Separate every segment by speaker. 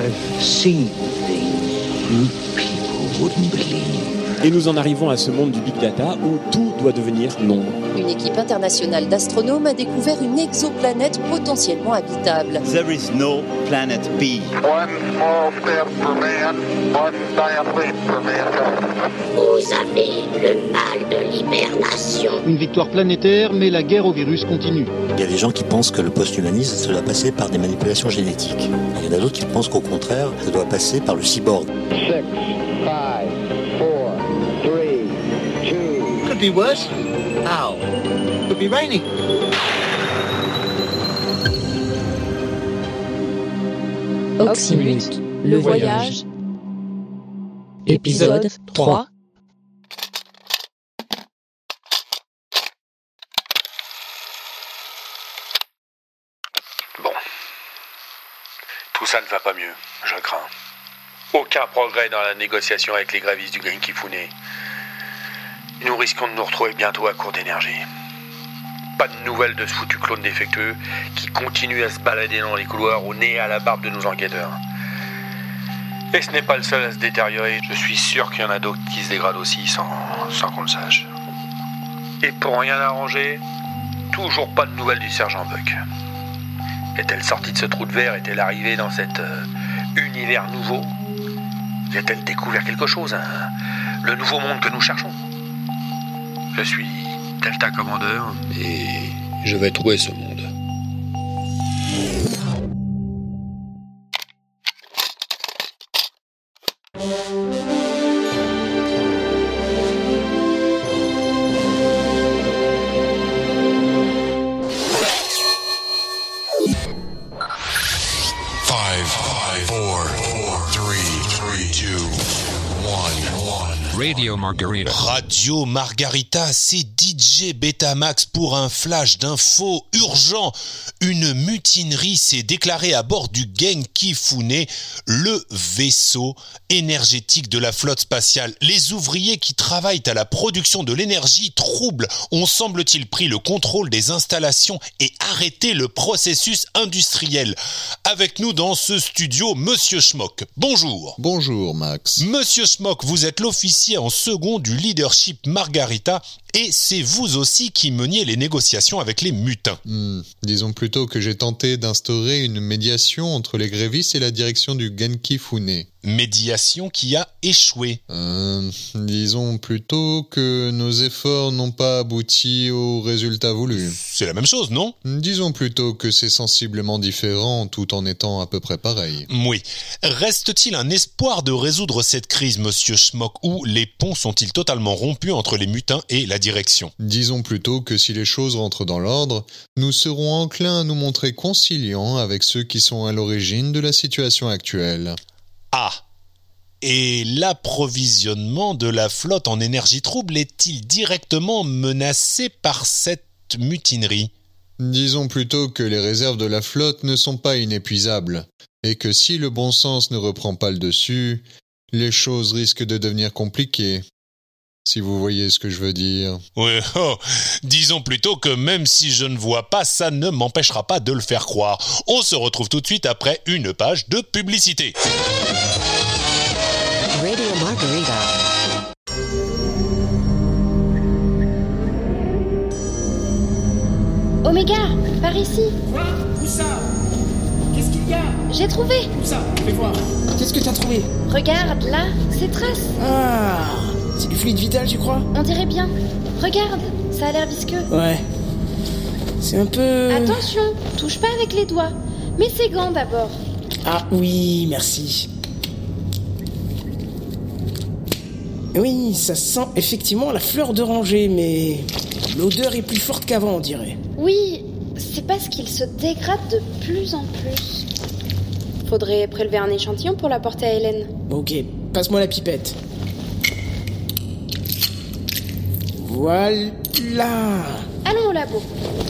Speaker 1: I've seen things you people wouldn't believe.
Speaker 2: Et nous en arrivons à ce monde du big data où tout doit devenir nombre.
Speaker 3: Une équipe internationale d'astronomes a découvert une exoplanète potentiellement habitable.
Speaker 4: There is no planet B.
Speaker 5: One small step for man, one giant leap for mankind.
Speaker 6: Vous avez le mal de l'hibernation.
Speaker 7: Une victoire planétaire, mais la guerre au virus continue.
Speaker 8: Il y a des gens qui pensent que le post-humanisme, ça doit passer par des manipulations génétiques. Il y en a d'autres qui pensent qu'au contraire, ça doit passer par le cyborg.
Speaker 5: Six, five, four, three, two.
Speaker 9: Could be worse. How? Could be raining.
Speaker 10: Oxymute, le voyage. Épisode 3.
Speaker 11: Bon. Tout ça ne va pas mieux, je le crains. Aucun progrès dans la négociation avec les gravistes du Green Kifune. Nous risquons de nous retrouver bientôt à court d'énergie. Pas de nouvelles de ce foutu clone défectueux qui continue à se balader dans les couloirs au nez et à la barbe de nos enquêteurs. Et ce n'est pas le seul à se détériorer. Je suis sûr qu'il y en a d'autres qui se dégradent aussi sans, sans qu'on le sache. Et pour rien arranger, toujours pas de nouvelles du sergent Buck. Est-elle sortie de ce trou de verre Est-elle arrivée dans cet euh, univers nouveau Y a-t-elle découvert quelque chose hein Le nouveau monde que nous cherchons Je suis Delta Commander et je vais trouver ce monde.
Speaker 12: Five, five, four, four, three, three, two, one, one.
Speaker 13: Radio Margarita.
Speaker 12: Radio Margarita, c'est DJ Betamax pour un flash d'infos urgent. Une mutinerie s'est déclarée à bord du Genki Fune, le vaisseau énergétique de la flotte spatiale. Les ouvriers qui travaillent à la production de l'énergie troublent, ont semble-t-il pris le contrôle des installations et arrêté le processus industriel. Avec nous dans ce studio, Monsieur Schmock. Bonjour.
Speaker 14: Bonjour Max.
Speaker 12: Monsieur Schmock, vous êtes l'officier en second du leadership Margarita et c'est vous aussi qui meniez les négociations avec les mutins.
Speaker 14: Hmm, Disons plutôt que j'ai tenté d'instaurer une médiation entre les grévistes et la direction du Genki Fune.
Speaker 12: Médiation qui a échoué.
Speaker 14: Euh, disons plutôt que nos efforts n'ont pas abouti au résultat voulu.
Speaker 12: C'est la même chose, non
Speaker 14: Disons plutôt que c'est sensiblement différent tout en étant à peu près pareil.
Speaker 12: Oui. Reste-t-il un espoir de résoudre cette crise, monsieur Schmock, ou les ponts sont-ils totalement rompus entre les mutins et la direction
Speaker 14: Disons plutôt que si les choses rentrent dans l'ordre, nous serons enclins à nous montrer conciliants avec ceux qui sont à l'origine de la situation actuelle.
Speaker 12: Ah Et l'approvisionnement de la flotte en énergie trouble est-il directement menacé par cette mutinerie
Speaker 14: Disons plutôt que les réserves de la flotte ne sont pas inépuisables, et que si le bon sens ne reprend pas le dessus, les choses risquent de devenir compliquées. Si vous voyez ce que je veux dire.
Speaker 12: Oui, oh, disons plutôt que même si je ne vois pas, ça ne m'empêchera pas de le faire croire. On se retrouve tout de suite après une page de publicité.
Speaker 10: Radio Margarita.
Speaker 15: Oméga, par ici,
Speaker 16: Quoi Où ça Qu'est-ce qu'il y a
Speaker 15: j'ai trouvé.
Speaker 16: Où ça Fais voir. Qu'est-ce que t'as trouvé
Speaker 15: Regarde, là, ces traces.
Speaker 16: Ah C'est du fluide vital, tu crois
Speaker 15: On dirait bien. Regarde, ça a l'air visqueux.
Speaker 16: Ouais. C'est un peu.
Speaker 15: Attention, touche pas avec les doigts. Mets ses gants d'abord.
Speaker 16: Ah oui, merci. Oui, ça sent effectivement la fleur d'oranger, mais l'odeur est plus forte qu'avant, on dirait.
Speaker 15: Oui, c'est parce qu'il se dégrade de plus en plus. Faudrait prélever un échantillon pour l'apporter à Hélène.
Speaker 16: Ok, passe-moi la pipette. Voilà.
Speaker 15: Allons au labo.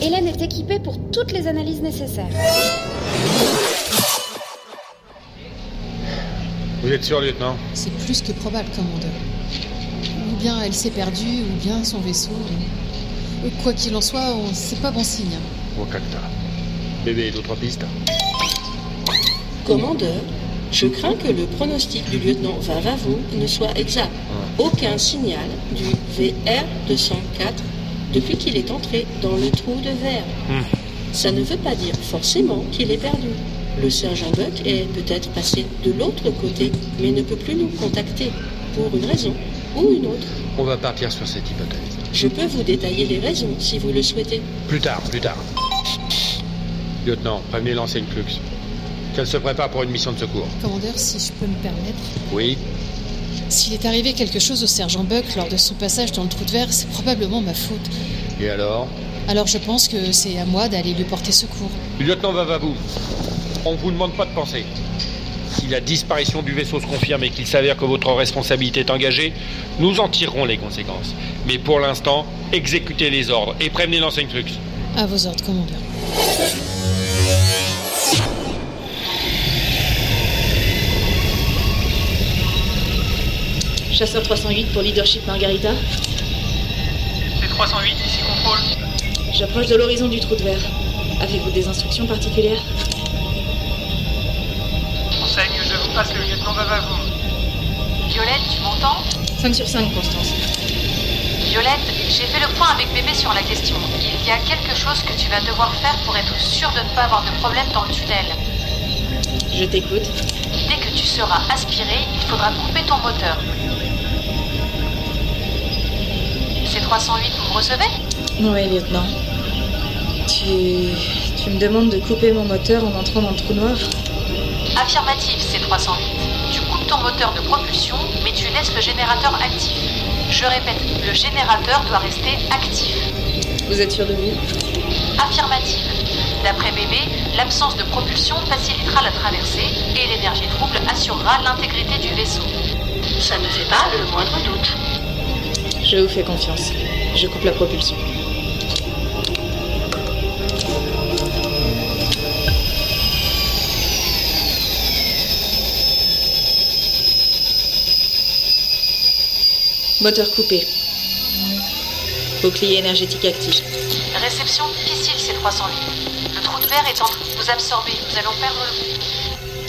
Speaker 15: Hélène est équipée pour toutes les analyses nécessaires.
Speaker 17: Vous êtes sûr, lieutenant
Speaker 18: C'est plus que probable, commandeur. Ou bien elle s'est perdue, ou bien son vaisseau. euh, Quoi qu'il en soit, on- c'est pas bon signe. hein.
Speaker 11: Wakakta. Bébé, d'autres pistes
Speaker 19: Commandeur, je crains que le pronostic du lieutenant Vavavou ne soit exact. Aucun signal du VR204 depuis qu'il est entré dans le trou de verre. Ça ne veut pas dire forcément qu'il est perdu. Le sergent Buck est peut-être passé de l'autre côté, mais ne peut plus nous contacter, pour une raison ou une autre.
Speaker 11: On va partir sur cette hypothèse.
Speaker 19: Je peux vous détailler les raisons si vous le souhaitez.
Speaker 11: Plus tard, plus tard. Lieutenant, prévenez l'enseigne Clux. Qu'elle se prépare pour une mission de secours.
Speaker 20: Commandeur, si je peux me permettre,
Speaker 11: Oui,
Speaker 20: s'il est arrivé quelque chose au sergent Buck lors de son passage dans le trou de verre, c'est probablement ma faute.
Speaker 11: et alors
Speaker 20: Alors je pense que c'est à moi d'aller lui porter secours.
Speaker 11: Le lieutenant Vavavou, on ne vous demande pas de penser. Si la disparition du vaisseau se confirme et qu'il s'avère que votre responsabilité est engagée, nous en tirerons les conséquences. Mais pour l'instant, exécutez les ordres et prévenez l'enseigne Crux.
Speaker 20: À vos ordres, commandeur.
Speaker 15: Chasseur 308 pour leadership Margarita.
Speaker 21: C'est 308 ici, contrôle.
Speaker 15: J'approche de l'horizon du trou de verre. Avez-vous des instructions particulières
Speaker 21: Enseigne, je vous passe le lieutenant Vavavou.
Speaker 18: Violette, tu m'entends
Speaker 15: 5 sur 5, Constance.
Speaker 18: Violette, j'ai fait le point avec bébé sur la question. Il y a quelque chose que tu vas devoir faire pour être sûre de ne pas avoir de problème dans le tunnel.
Speaker 15: Je t'écoute.
Speaker 18: Dès que tu seras aspiré, il faudra couper ton moteur. C'est 308, vous me recevez
Speaker 15: Oui, lieutenant. Tu... tu me demandes de couper mon moteur en entrant dans le trou noir
Speaker 18: Affirmatif, c'est 308. Tu coupes ton moteur de propulsion, mais tu laisses le générateur actif. Je répète, le générateur doit rester actif.
Speaker 15: Vous êtes sûr de vous
Speaker 18: Affirmative. D'après bébé, l'absence de propulsion facilitera la traversée et l'énergie trouble assurera l'intégrité du vaisseau. Ça ne fait pas le moindre doute.
Speaker 15: Je vous fais confiance. Je coupe la propulsion. Moteur coupé. Bouclier énergétique actif.
Speaker 18: Réception difficile, c'est 308. Le trou de verre est en train de vous absorber. Nous allons euh, perdre le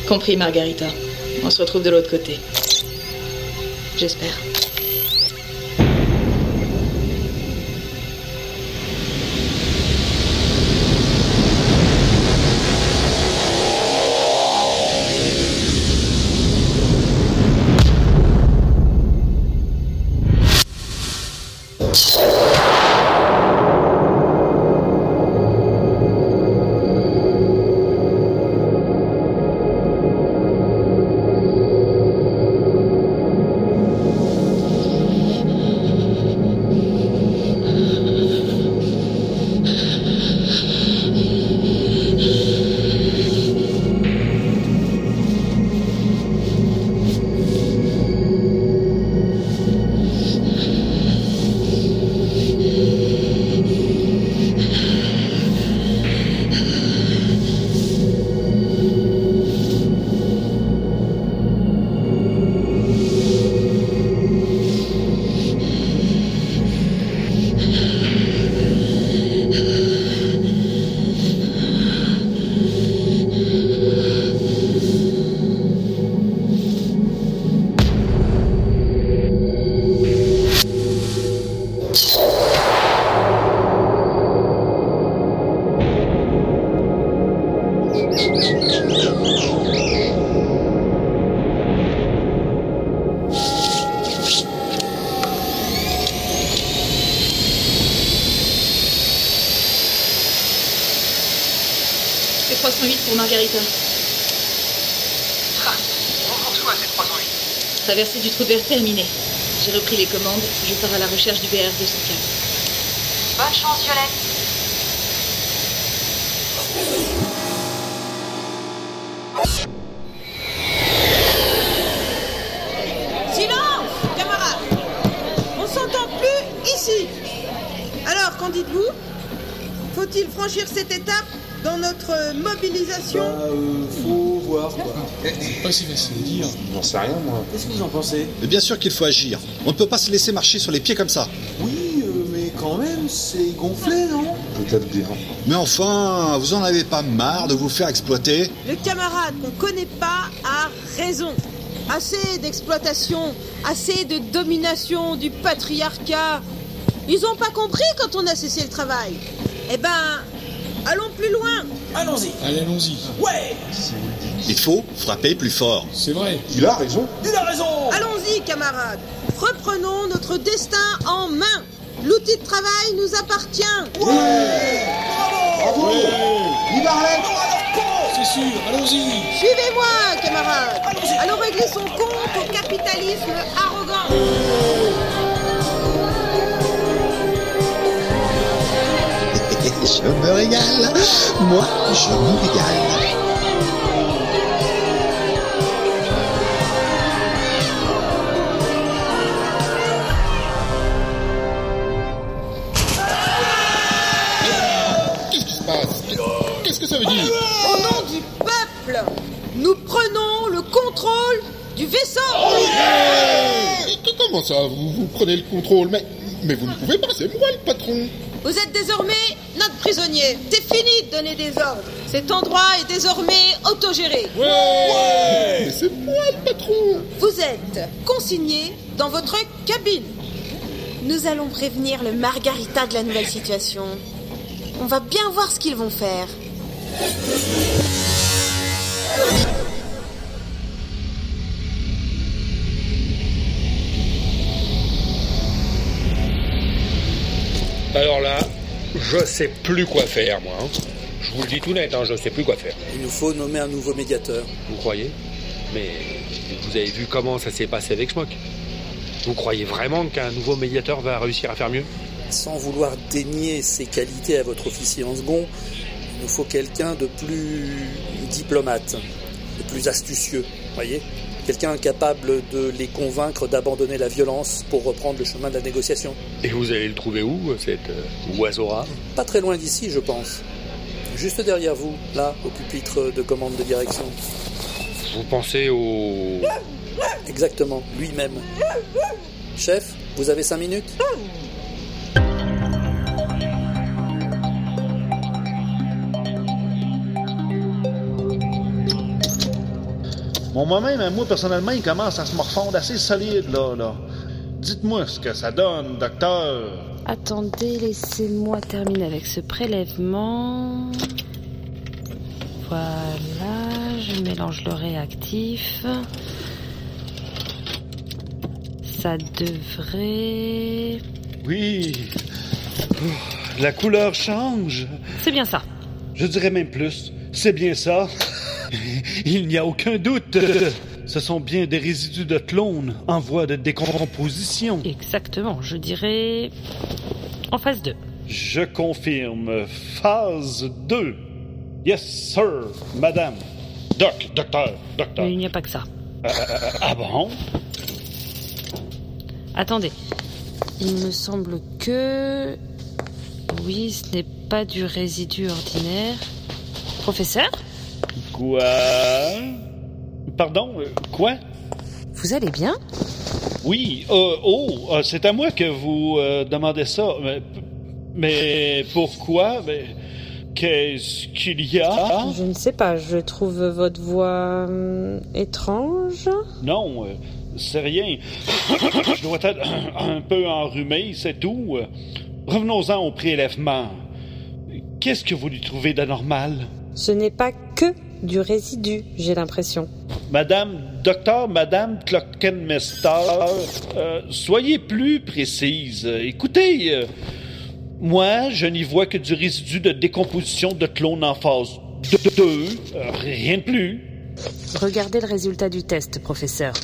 Speaker 18: coup.
Speaker 15: Compris, Margarita. On se retrouve de l'autre côté. J'espère. C'est 308 pour Margarita.
Speaker 21: Bonjour, toi, c'est 308.
Speaker 15: Traversée du trou de verre terminée. J'ai repris les commandes. Je pars à la recherche du BR-204.
Speaker 18: Bonne chance, Violette.
Speaker 22: Silence, camarades On s'entend plus ici Alors, qu'en dites-vous Faut-il franchir cette étape dans notre mobilisation
Speaker 23: faut voir quoi. C'est pas si facile à dire. J'en sais rien moi. Qu'est-ce que vous en pensez
Speaker 24: Bien sûr qu'il faut agir. On ne peut pas se laisser marcher sur les pieds comme ça.
Speaker 23: Oui, euh, mais
Speaker 25: quand même, c'est gonflé, non
Speaker 1: Peut-être bien. Mais enfin, vous en avez pas marre de vous faire exploiter
Speaker 22: Le camarade qu'on connaît pas a raison. Assez d'exploitation, assez de domination du patriarcat. Ils ont pas compris quand on a cessé le travail. Eh ben, allons plus loin.
Speaker 16: Allons-y.
Speaker 1: Allez, allons-y.
Speaker 16: Ouais
Speaker 1: Il faut frapper plus fort. C'est vrai.
Speaker 25: Il a raison.
Speaker 16: Il a raison
Speaker 22: Allons-y, camarades. Reprenons notre destin en main. L'outil de travail nous appartient.
Speaker 25: Bravo Il
Speaker 1: C'est sûr, allons-y
Speaker 22: Suivez-moi, camarades. Allons régler son compte au capitalisme arrogant.
Speaker 1: Je me régale Moi, je me régale
Speaker 26: Qu'est-ce qui se passe Qu'est-ce que ça veut dire
Speaker 22: Au nom du peuple, nous prenons le contrôle du vaisseau.
Speaker 26: Et que- Comment ça vous, vous prenez le contrôle Mais mais vous ne pouvez pas, c'est moi le patron
Speaker 22: Vous êtes désormais notre prisonnier. C'est fini de donner des ordres. Cet endroit est désormais autogéré.
Speaker 26: Mais c'est moi le patron
Speaker 22: Vous êtes consigné dans votre cabine. Nous allons prévenir le Margarita de la nouvelle situation. On va bien voir ce qu'ils vont faire.
Speaker 11: Alors là, je sais plus quoi faire, moi. hein. Je vous le dis tout net, hein, je sais plus quoi faire.
Speaker 8: Il nous faut nommer un nouveau médiateur.
Speaker 11: Vous croyez Mais vous avez vu comment ça s'est passé avec Schmock. Vous croyez vraiment qu'un nouveau médiateur va réussir à faire mieux
Speaker 8: Sans vouloir dénier ses qualités à votre officier en second, il nous faut quelqu'un de plus diplomate, de plus astucieux, voyez Quelqu'un capable de les convaincre d'abandonner la violence pour reprendre le chemin de la négociation.
Speaker 11: Et vous allez le trouver où, cet euh, oiseau rare
Speaker 8: Pas très loin d'ici, je pense. Juste derrière vous, là, au pupitre de commande de direction.
Speaker 11: Vous pensez au...
Speaker 8: Exactement, lui-même. Chef, vous avez cinq minutes
Speaker 27: Bon, moi-même, hein, moi, personnellement, il commence à se morfondre assez solide, là, là. Dites-moi ce que ça donne, docteur.
Speaker 19: Attendez, laissez-moi terminer avec ce prélèvement. Voilà, je mélange le réactif. Ça devrait...
Speaker 23: Oui. La couleur change.
Speaker 19: C'est bien ça.
Speaker 23: Je dirais même plus. C'est bien ça. Il n'y a aucun doute. Ce sont bien des résidus de clones en voie de décomposition.
Speaker 19: Exactement, je dirais... En phase 2.
Speaker 23: Je confirme. Phase 2. Yes, sir, madame. Doc, docteur, docteur.
Speaker 19: Mais il n'y a pas que ça.
Speaker 23: Ah, ah, ah, ah bon?
Speaker 19: Attendez. Il me semble que... Oui, ce n'est pas du résidu ordinaire. Professeur
Speaker 23: Quoi? Pardon, euh, quoi?
Speaker 19: Vous allez bien
Speaker 23: Oui, euh, oh, euh, c'est à moi que vous euh, demandez ça. Mais, mais pourquoi? Mais Qu'est-ce qu'il y a?
Speaker 19: Je ne sais pas, je trouve votre voix hum, étrange.
Speaker 23: Non, euh, c'est rien. Je dois être un peu enrhumé, c'est tout. Euh, Revenons-en au prélèvement. Qu'est-ce que vous lui trouvez d'anormal?
Speaker 19: Ce n'est pas que du résidu, j'ai l'impression.
Speaker 23: Madame, docteur, madame Clockenmester, euh, soyez plus précise. Écoutez, euh, moi, je n'y vois que du résidu de décomposition de clones en phase 2, rien de plus.
Speaker 19: Regardez le résultat du test, professeur.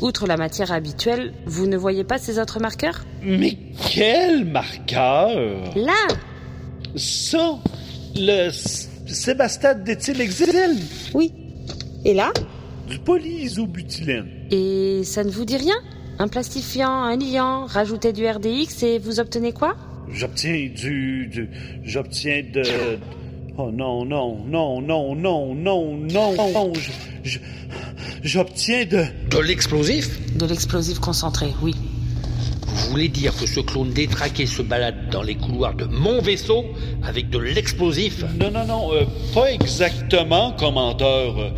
Speaker 19: Outre la matière habituelle, vous ne voyez pas ces autres marqueurs
Speaker 23: Mais quel marqueur!
Speaker 19: Là
Speaker 23: Ça, le s- sébastate d'éthylhexyl.
Speaker 19: Oui. Et là
Speaker 23: Du polyisobutylène.
Speaker 19: Et ça ne vous dit rien Un plastifiant, un liant, rajoutez du RDX et vous obtenez quoi
Speaker 23: J'obtiens du, du- J'obtiens de. Oh non, non, non, non, non, non, non, non. je- je- J'obtiens de.
Speaker 19: De l'explosif De l'explosif concentré, oui.
Speaker 11: Vous voulez dire que ce clone détraqué se balade dans les couloirs de mon vaisseau avec de l'explosif
Speaker 23: Non, non, non, euh, pas exactement, commandeur. Euh,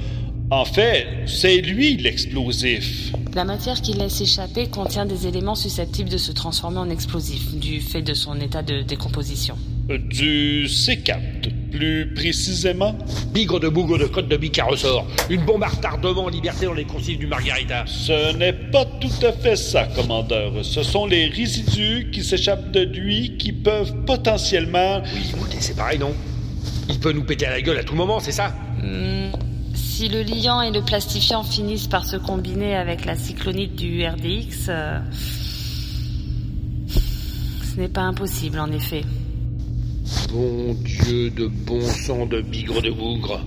Speaker 23: En fait, c'est lui l'explosif.
Speaker 19: La matière qu'il laisse échapper contient des éléments susceptibles de se transformer en explosifs, du fait de son état de décomposition.
Speaker 23: Euh, Du C4, plus précisément.
Speaker 11: Bigre de bougre de côte de bic à ressort. Une bombe à retardement en liberté dans les concives du Margarita.
Speaker 23: Ce n'est pas tout à fait ça, commandeur. Ce sont les résidus qui s'échappent de lui qui peuvent potentiellement...
Speaker 11: Oui, écoutez, c'est pareil, non Il peut nous péter à la gueule à tout moment, c'est ça
Speaker 19: Hmm, si le liant et le plastifiant finissent par se combiner avec la cyclonite du RDX, euh, ce n'est pas impossible en effet.
Speaker 11: Bon Dieu de bon sang de bigre de bougre.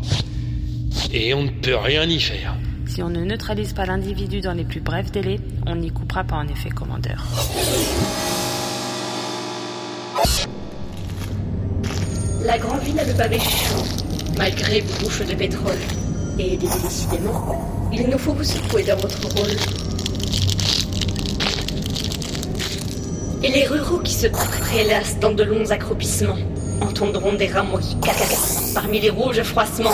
Speaker 11: Et on ne peut rien y faire.
Speaker 19: Si on ne neutralise pas l'individu dans les plus brefs délais, on n'y coupera pas en effet, commandeur.
Speaker 4: La grande ville n'avait pas méchant, malgré vos bouches de pétrole. Et décidément, il nous faut vous secouer dans votre rôle. Et les ruraux qui se prélassent dans de longs accroupissements entendront des rameaux qui cacassent parmi les rouges froissements.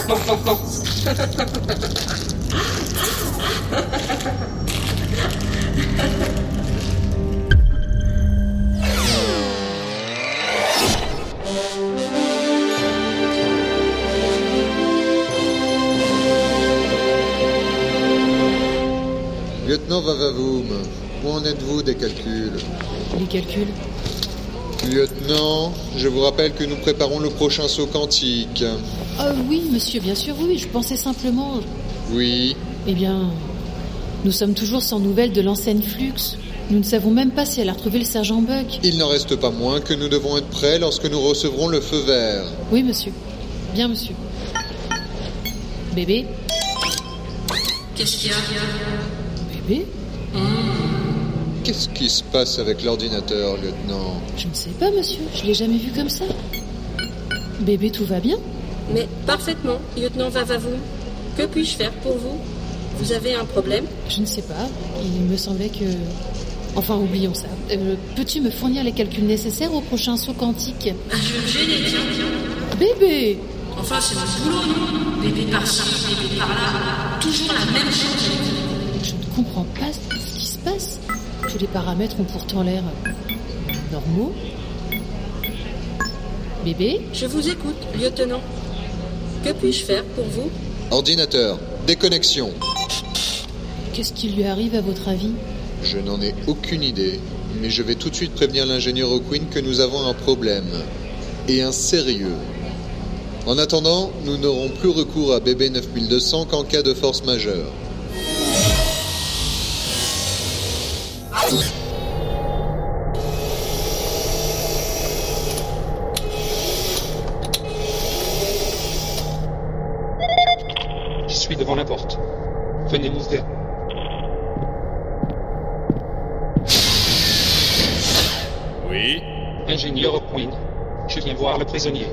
Speaker 14: Lieutenant Vavavoum, où en êtes-vous des calculs
Speaker 18: Les calculs
Speaker 14: Lieutenant, je vous rappelle que nous préparons le prochain saut quantique.
Speaker 18: Oh oui, monsieur, bien sûr, oui, je pensais simplement...
Speaker 14: Oui,
Speaker 18: Eh bien, nous sommes toujours sans nouvelles de l'enseigne Flux. Nous ne savons même pas si elle a retrouvé le sergent Buck.
Speaker 14: il n'en reste pas moins que nous devons être prêts lorsque nous recevrons le feu vert.
Speaker 18: Oui, monsieur. Bien, monsieur. Bébé
Speaker 4: Qu'est-ce qu'il y a
Speaker 18: Bébé
Speaker 14: Qu'est-ce qui se passe avec l'ordinateur, lieutenant
Speaker 18: Je ne sais pas, monsieur. Je l'ai jamais vu comme ça. Bébé, tout va bien
Speaker 15: Mais parfaitement, lieutenant Vavavoum. Que puis-je faire pour vous Vous avez un problème
Speaker 18: Je ne sais pas. Il me semblait que... Enfin, oublions ça. Euh, Peux-tu me fournir les calculs nécessaires au prochain saut quantique
Speaker 15: Ah,
Speaker 4: Je les tiens.
Speaker 18: Bébé
Speaker 4: Enfin, c'est votre boulot, non Bébé par-ci, bébé par-là. Toujours la même chose.
Speaker 18: Je ne comprends pas ce qui se passe. Tous les paramètres ont pourtant l'air normaux. Bébé
Speaker 15: Je vous écoute, lieutenant. Que puis-je faire pour vous
Speaker 14: Ordinateur, déconnexion.
Speaker 18: Qu'est-ce qui lui arrive à votre avis
Speaker 14: Je n'en ai aucune idée, mais je vais tout de suite prévenir l'ingénieur O'Quinn que nous avons un problème. Et un sérieux. En attendant, nous n'aurons plus recours à BB 9200 qu'en cas de force majeure.
Speaker 25: Je suis devant la porte. Venez m'ouvrir.
Speaker 5: Oui
Speaker 25: Ingénieur Quinn, je viens voir le prisonnier.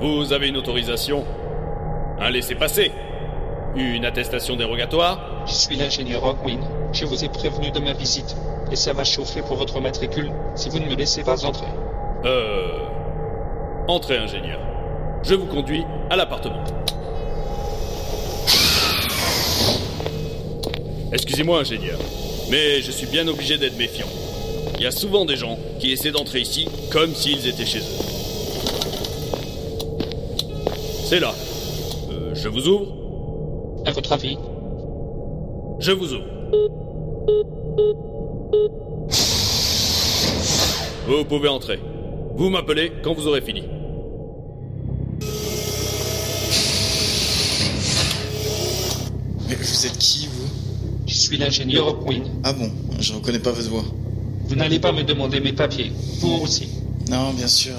Speaker 5: Vous avez une autorisation Un laissez-passer Une attestation dérogatoire
Speaker 25: Je suis l'ingénieur Quinn. Je vous ai prévenu de ma visite. Et ça va chauffer pour votre matricule si vous ne me laissez pas entrer.
Speaker 5: Euh... Entrez, ingénieur. Je vous conduis à l'appartement. Excusez-moi, ingénieur, mais je suis bien obligé d'être méfiant. Il y a souvent des gens qui essaient d'entrer ici comme s'ils étaient chez eux. C'est là. Euh, je vous ouvre
Speaker 25: À votre avis,
Speaker 5: Je vous ouvre. Vous pouvez entrer. Vous m'appelez quand vous aurez fini.
Speaker 25: Mais vous êtes qui, vous Je suis l'ingénieur Quinn.
Speaker 28: Ah bon, je reconnais pas votre voix.
Speaker 25: Vous n'allez pas me demander mes papiers. Vous aussi.
Speaker 28: Non, bien sûr.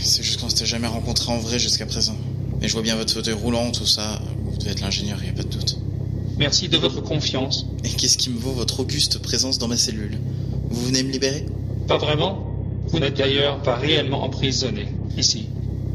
Speaker 28: C'est juste qu'on s'était jamais rencontrés en vrai jusqu'à présent. Et je vois bien votre fauteuil roulant, tout ça. Vous devez être l'ingénieur, y a pas de doute.
Speaker 25: Merci de votre confiance.
Speaker 28: Et qu'est-ce qui me vaut votre auguste présence dans ma cellule Vous venez me libérer
Speaker 25: Pas vraiment. Vous n'êtes d'ailleurs pas réellement emprisonné. Ici.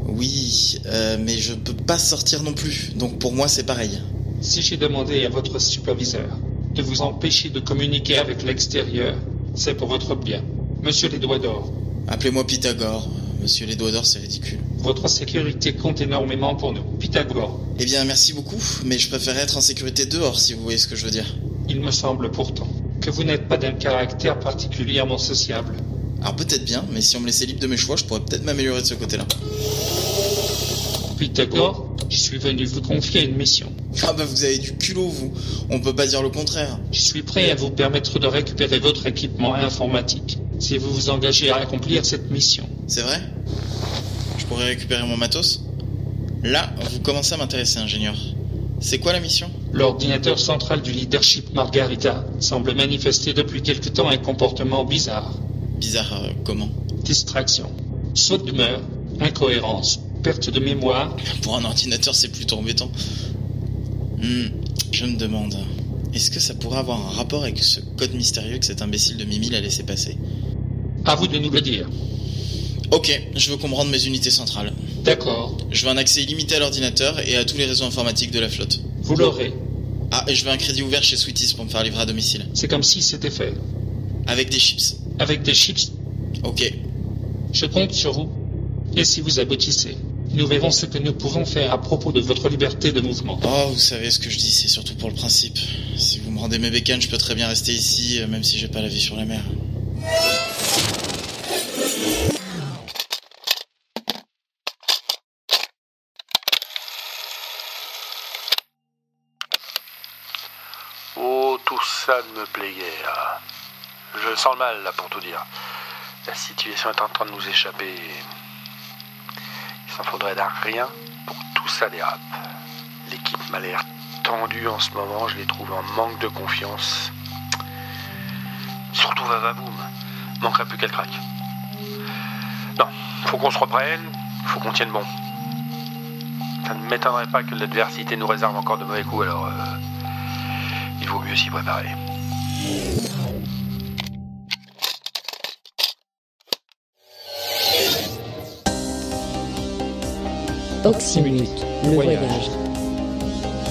Speaker 28: Oui, euh, mais je peux pas sortir non plus. Donc pour moi, c'est pareil.
Speaker 25: Si j'ai demandé à votre superviseur de vous empêcher de communiquer avec l'extérieur, c'est pour votre bien.
Speaker 8: Monsieur les doigts d'or,
Speaker 28: Appelez-moi Pythagore. Monsieur les doigts d'or, c'est ridicule.
Speaker 8: votre sécurité compte énormément pour nous. Pythagore,
Speaker 28: Eh bien, merci beaucoup, mais je préférerais être en sécurité dehors, si vous voyez ce que je veux dire.
Speaker 8: il me semble pourtant que vous n'êtes pas d'un caractère particulièrement sociable.
Speaker 28: Alors peut-être bien, mais si on me laissait libre de mes choix, je pourrais peut-être m'améliorer de ce côté-là.
Speaker 8: Pythagore, je suis venu vous confier une mission.
Speaker 28: Ah bah vous avez du culot, vous. On peut pas dire le contraire.
Speaker 8: Je suis prêt à vous permettre de récupérer votre équipement informatique si vous vous engagez à accomplir cette mission.
Speaker 28: C'est vrai Je pourrais récupérer mon matos Là, vous commencez à m'intéresser, ingénieur. C'est quoi la mission
Speaker 8: L'ordinateur central du leadership Margarita semble manifester depuis quelque temps un comportement bizarre.
Speaker 28: Bizarre euh, comment
Speaker 8: Distraction, saut d'humeur, incohérence, perte de mémoire.
Speaker 28: Pour un ordinateur, c'est plutôt embêtant. Hmm, je me demande, est-ce que ça pourrait avoir un rapport avec ce code mystérieux que cet imbécile de Mimi l'a laissé passer
Speaker 8: À vous de nous le dire.
Speaker 28: Ok, je veux comprendre mes unités centrales.
Speaker 8: D'accord,
Speaker 28: Je veux un accès illimité à l'ordinateur et à tous les réseaux informatiques de la flotte.
Speaker 8: vous l'aurez.
Speaker 28: Ah, et je veux un crédit ouvert chez Sweeties pour me faire livrer à domicile.
Speaker 8: C'est comme si c'était fait.
Speaker 28: Avec des chips.
Speaker 8: Avec des chips,
Speaker 28: Ok.
Speaker 8: je compte sur vous. Et si vous aboutissez, nous verrons ce que nous pouvons faire à propos de votre liberté de mouvement.
Speaker 28: Oh, vous savez ce que je dis, c'est surtout pour le principe. Si vous me rendez mes bécanes, je peux très bien rester ici, euh, même si j'ai pas la vie sur la mer.
Speaker 11: Oh, tout ça ne me plaît guère. Je sens le mal, là, pour tout dire. La situation est en train de nous échapper. Il s'en faudrait d'un rien pour que tout ça dérape. L'équipe m'a l'air tendue en ce moment, je les trouve en manque de confiance. Surtout Vavavoum. Manquerait plus qu'elle craque. Non, faut qu'on se reprenne, faut qu'on tienne bon. Ça ne m'étonnerait pas que l'adversité nous réserve encore de mauvais coups, alors... euh, il vaut mieux s'y préparer.
Speaker 10: Oxymute, le voyage.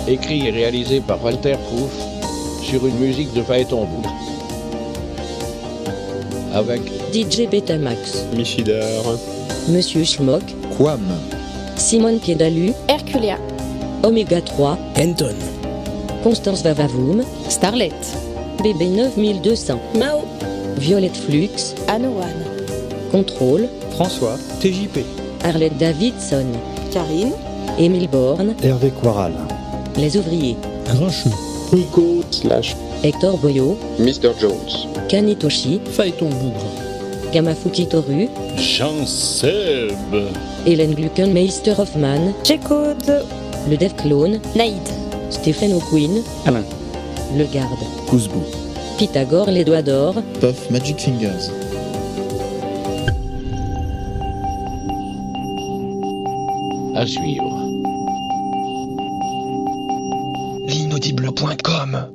Speaker 23: écrit et réalisé par Walter Proof sur une musique de Phaéton Boulle. Avec
Speaker 10: DJ Betamax,
Speaker 23: Michidar.
Speaker 10: Monsieur Schmock,
Speaker 23: Quam.
Speaker 10: Simone Piedalu,
Speaker 29: Herculea,
Speaker 10: Omega 3,
Speaker 30: Kenton,
Speaker 10: Constance Vavavoum,
Speaker 31: Starlet,
Speaker 10: Bébé 9200,
Speaker 32: Mao,
Speaker 10: Violette Flux,
Speaker 32: Anowan,
Speaker 10: Contrôle,
Speaker 23: François, TJP.
Speaker 10: Arlette Davidson,
Speaker 32: Karine,
Speaker 10: Émile Borne,
Speaker 23: Hervé Quaral.
Speaker 10: Les Ouvriers,
Speaker 23: Grincheux. Nico slash
Speaker 10: Hector Boyo,
Speaker 23: Mr. Jones.
Speaker 10: Kanitoshi,
Speaker 23: Phaéton Bougre.
Speaker 10: Gamafuki Toru,
Speaker 23: Jean Seb.
Speaker 10: Hélène Gluckenmeister Hoffman,
Speaker 32: Checode,
Speaker 10: le Dev Clone,
Speaker 32: Naïd,
Speaker 10: Stephen O'Quinn,
Speaker 23: Alain.
Speaker 10: le Garde,
Speaker 23: Kouzbou.
Speaker 10: Pythagore les Doigts d'Or,
Speaker 28: Puff Magic Fingers.
Speaker 23: À suivre.
Speaker 5: L'inaudible.com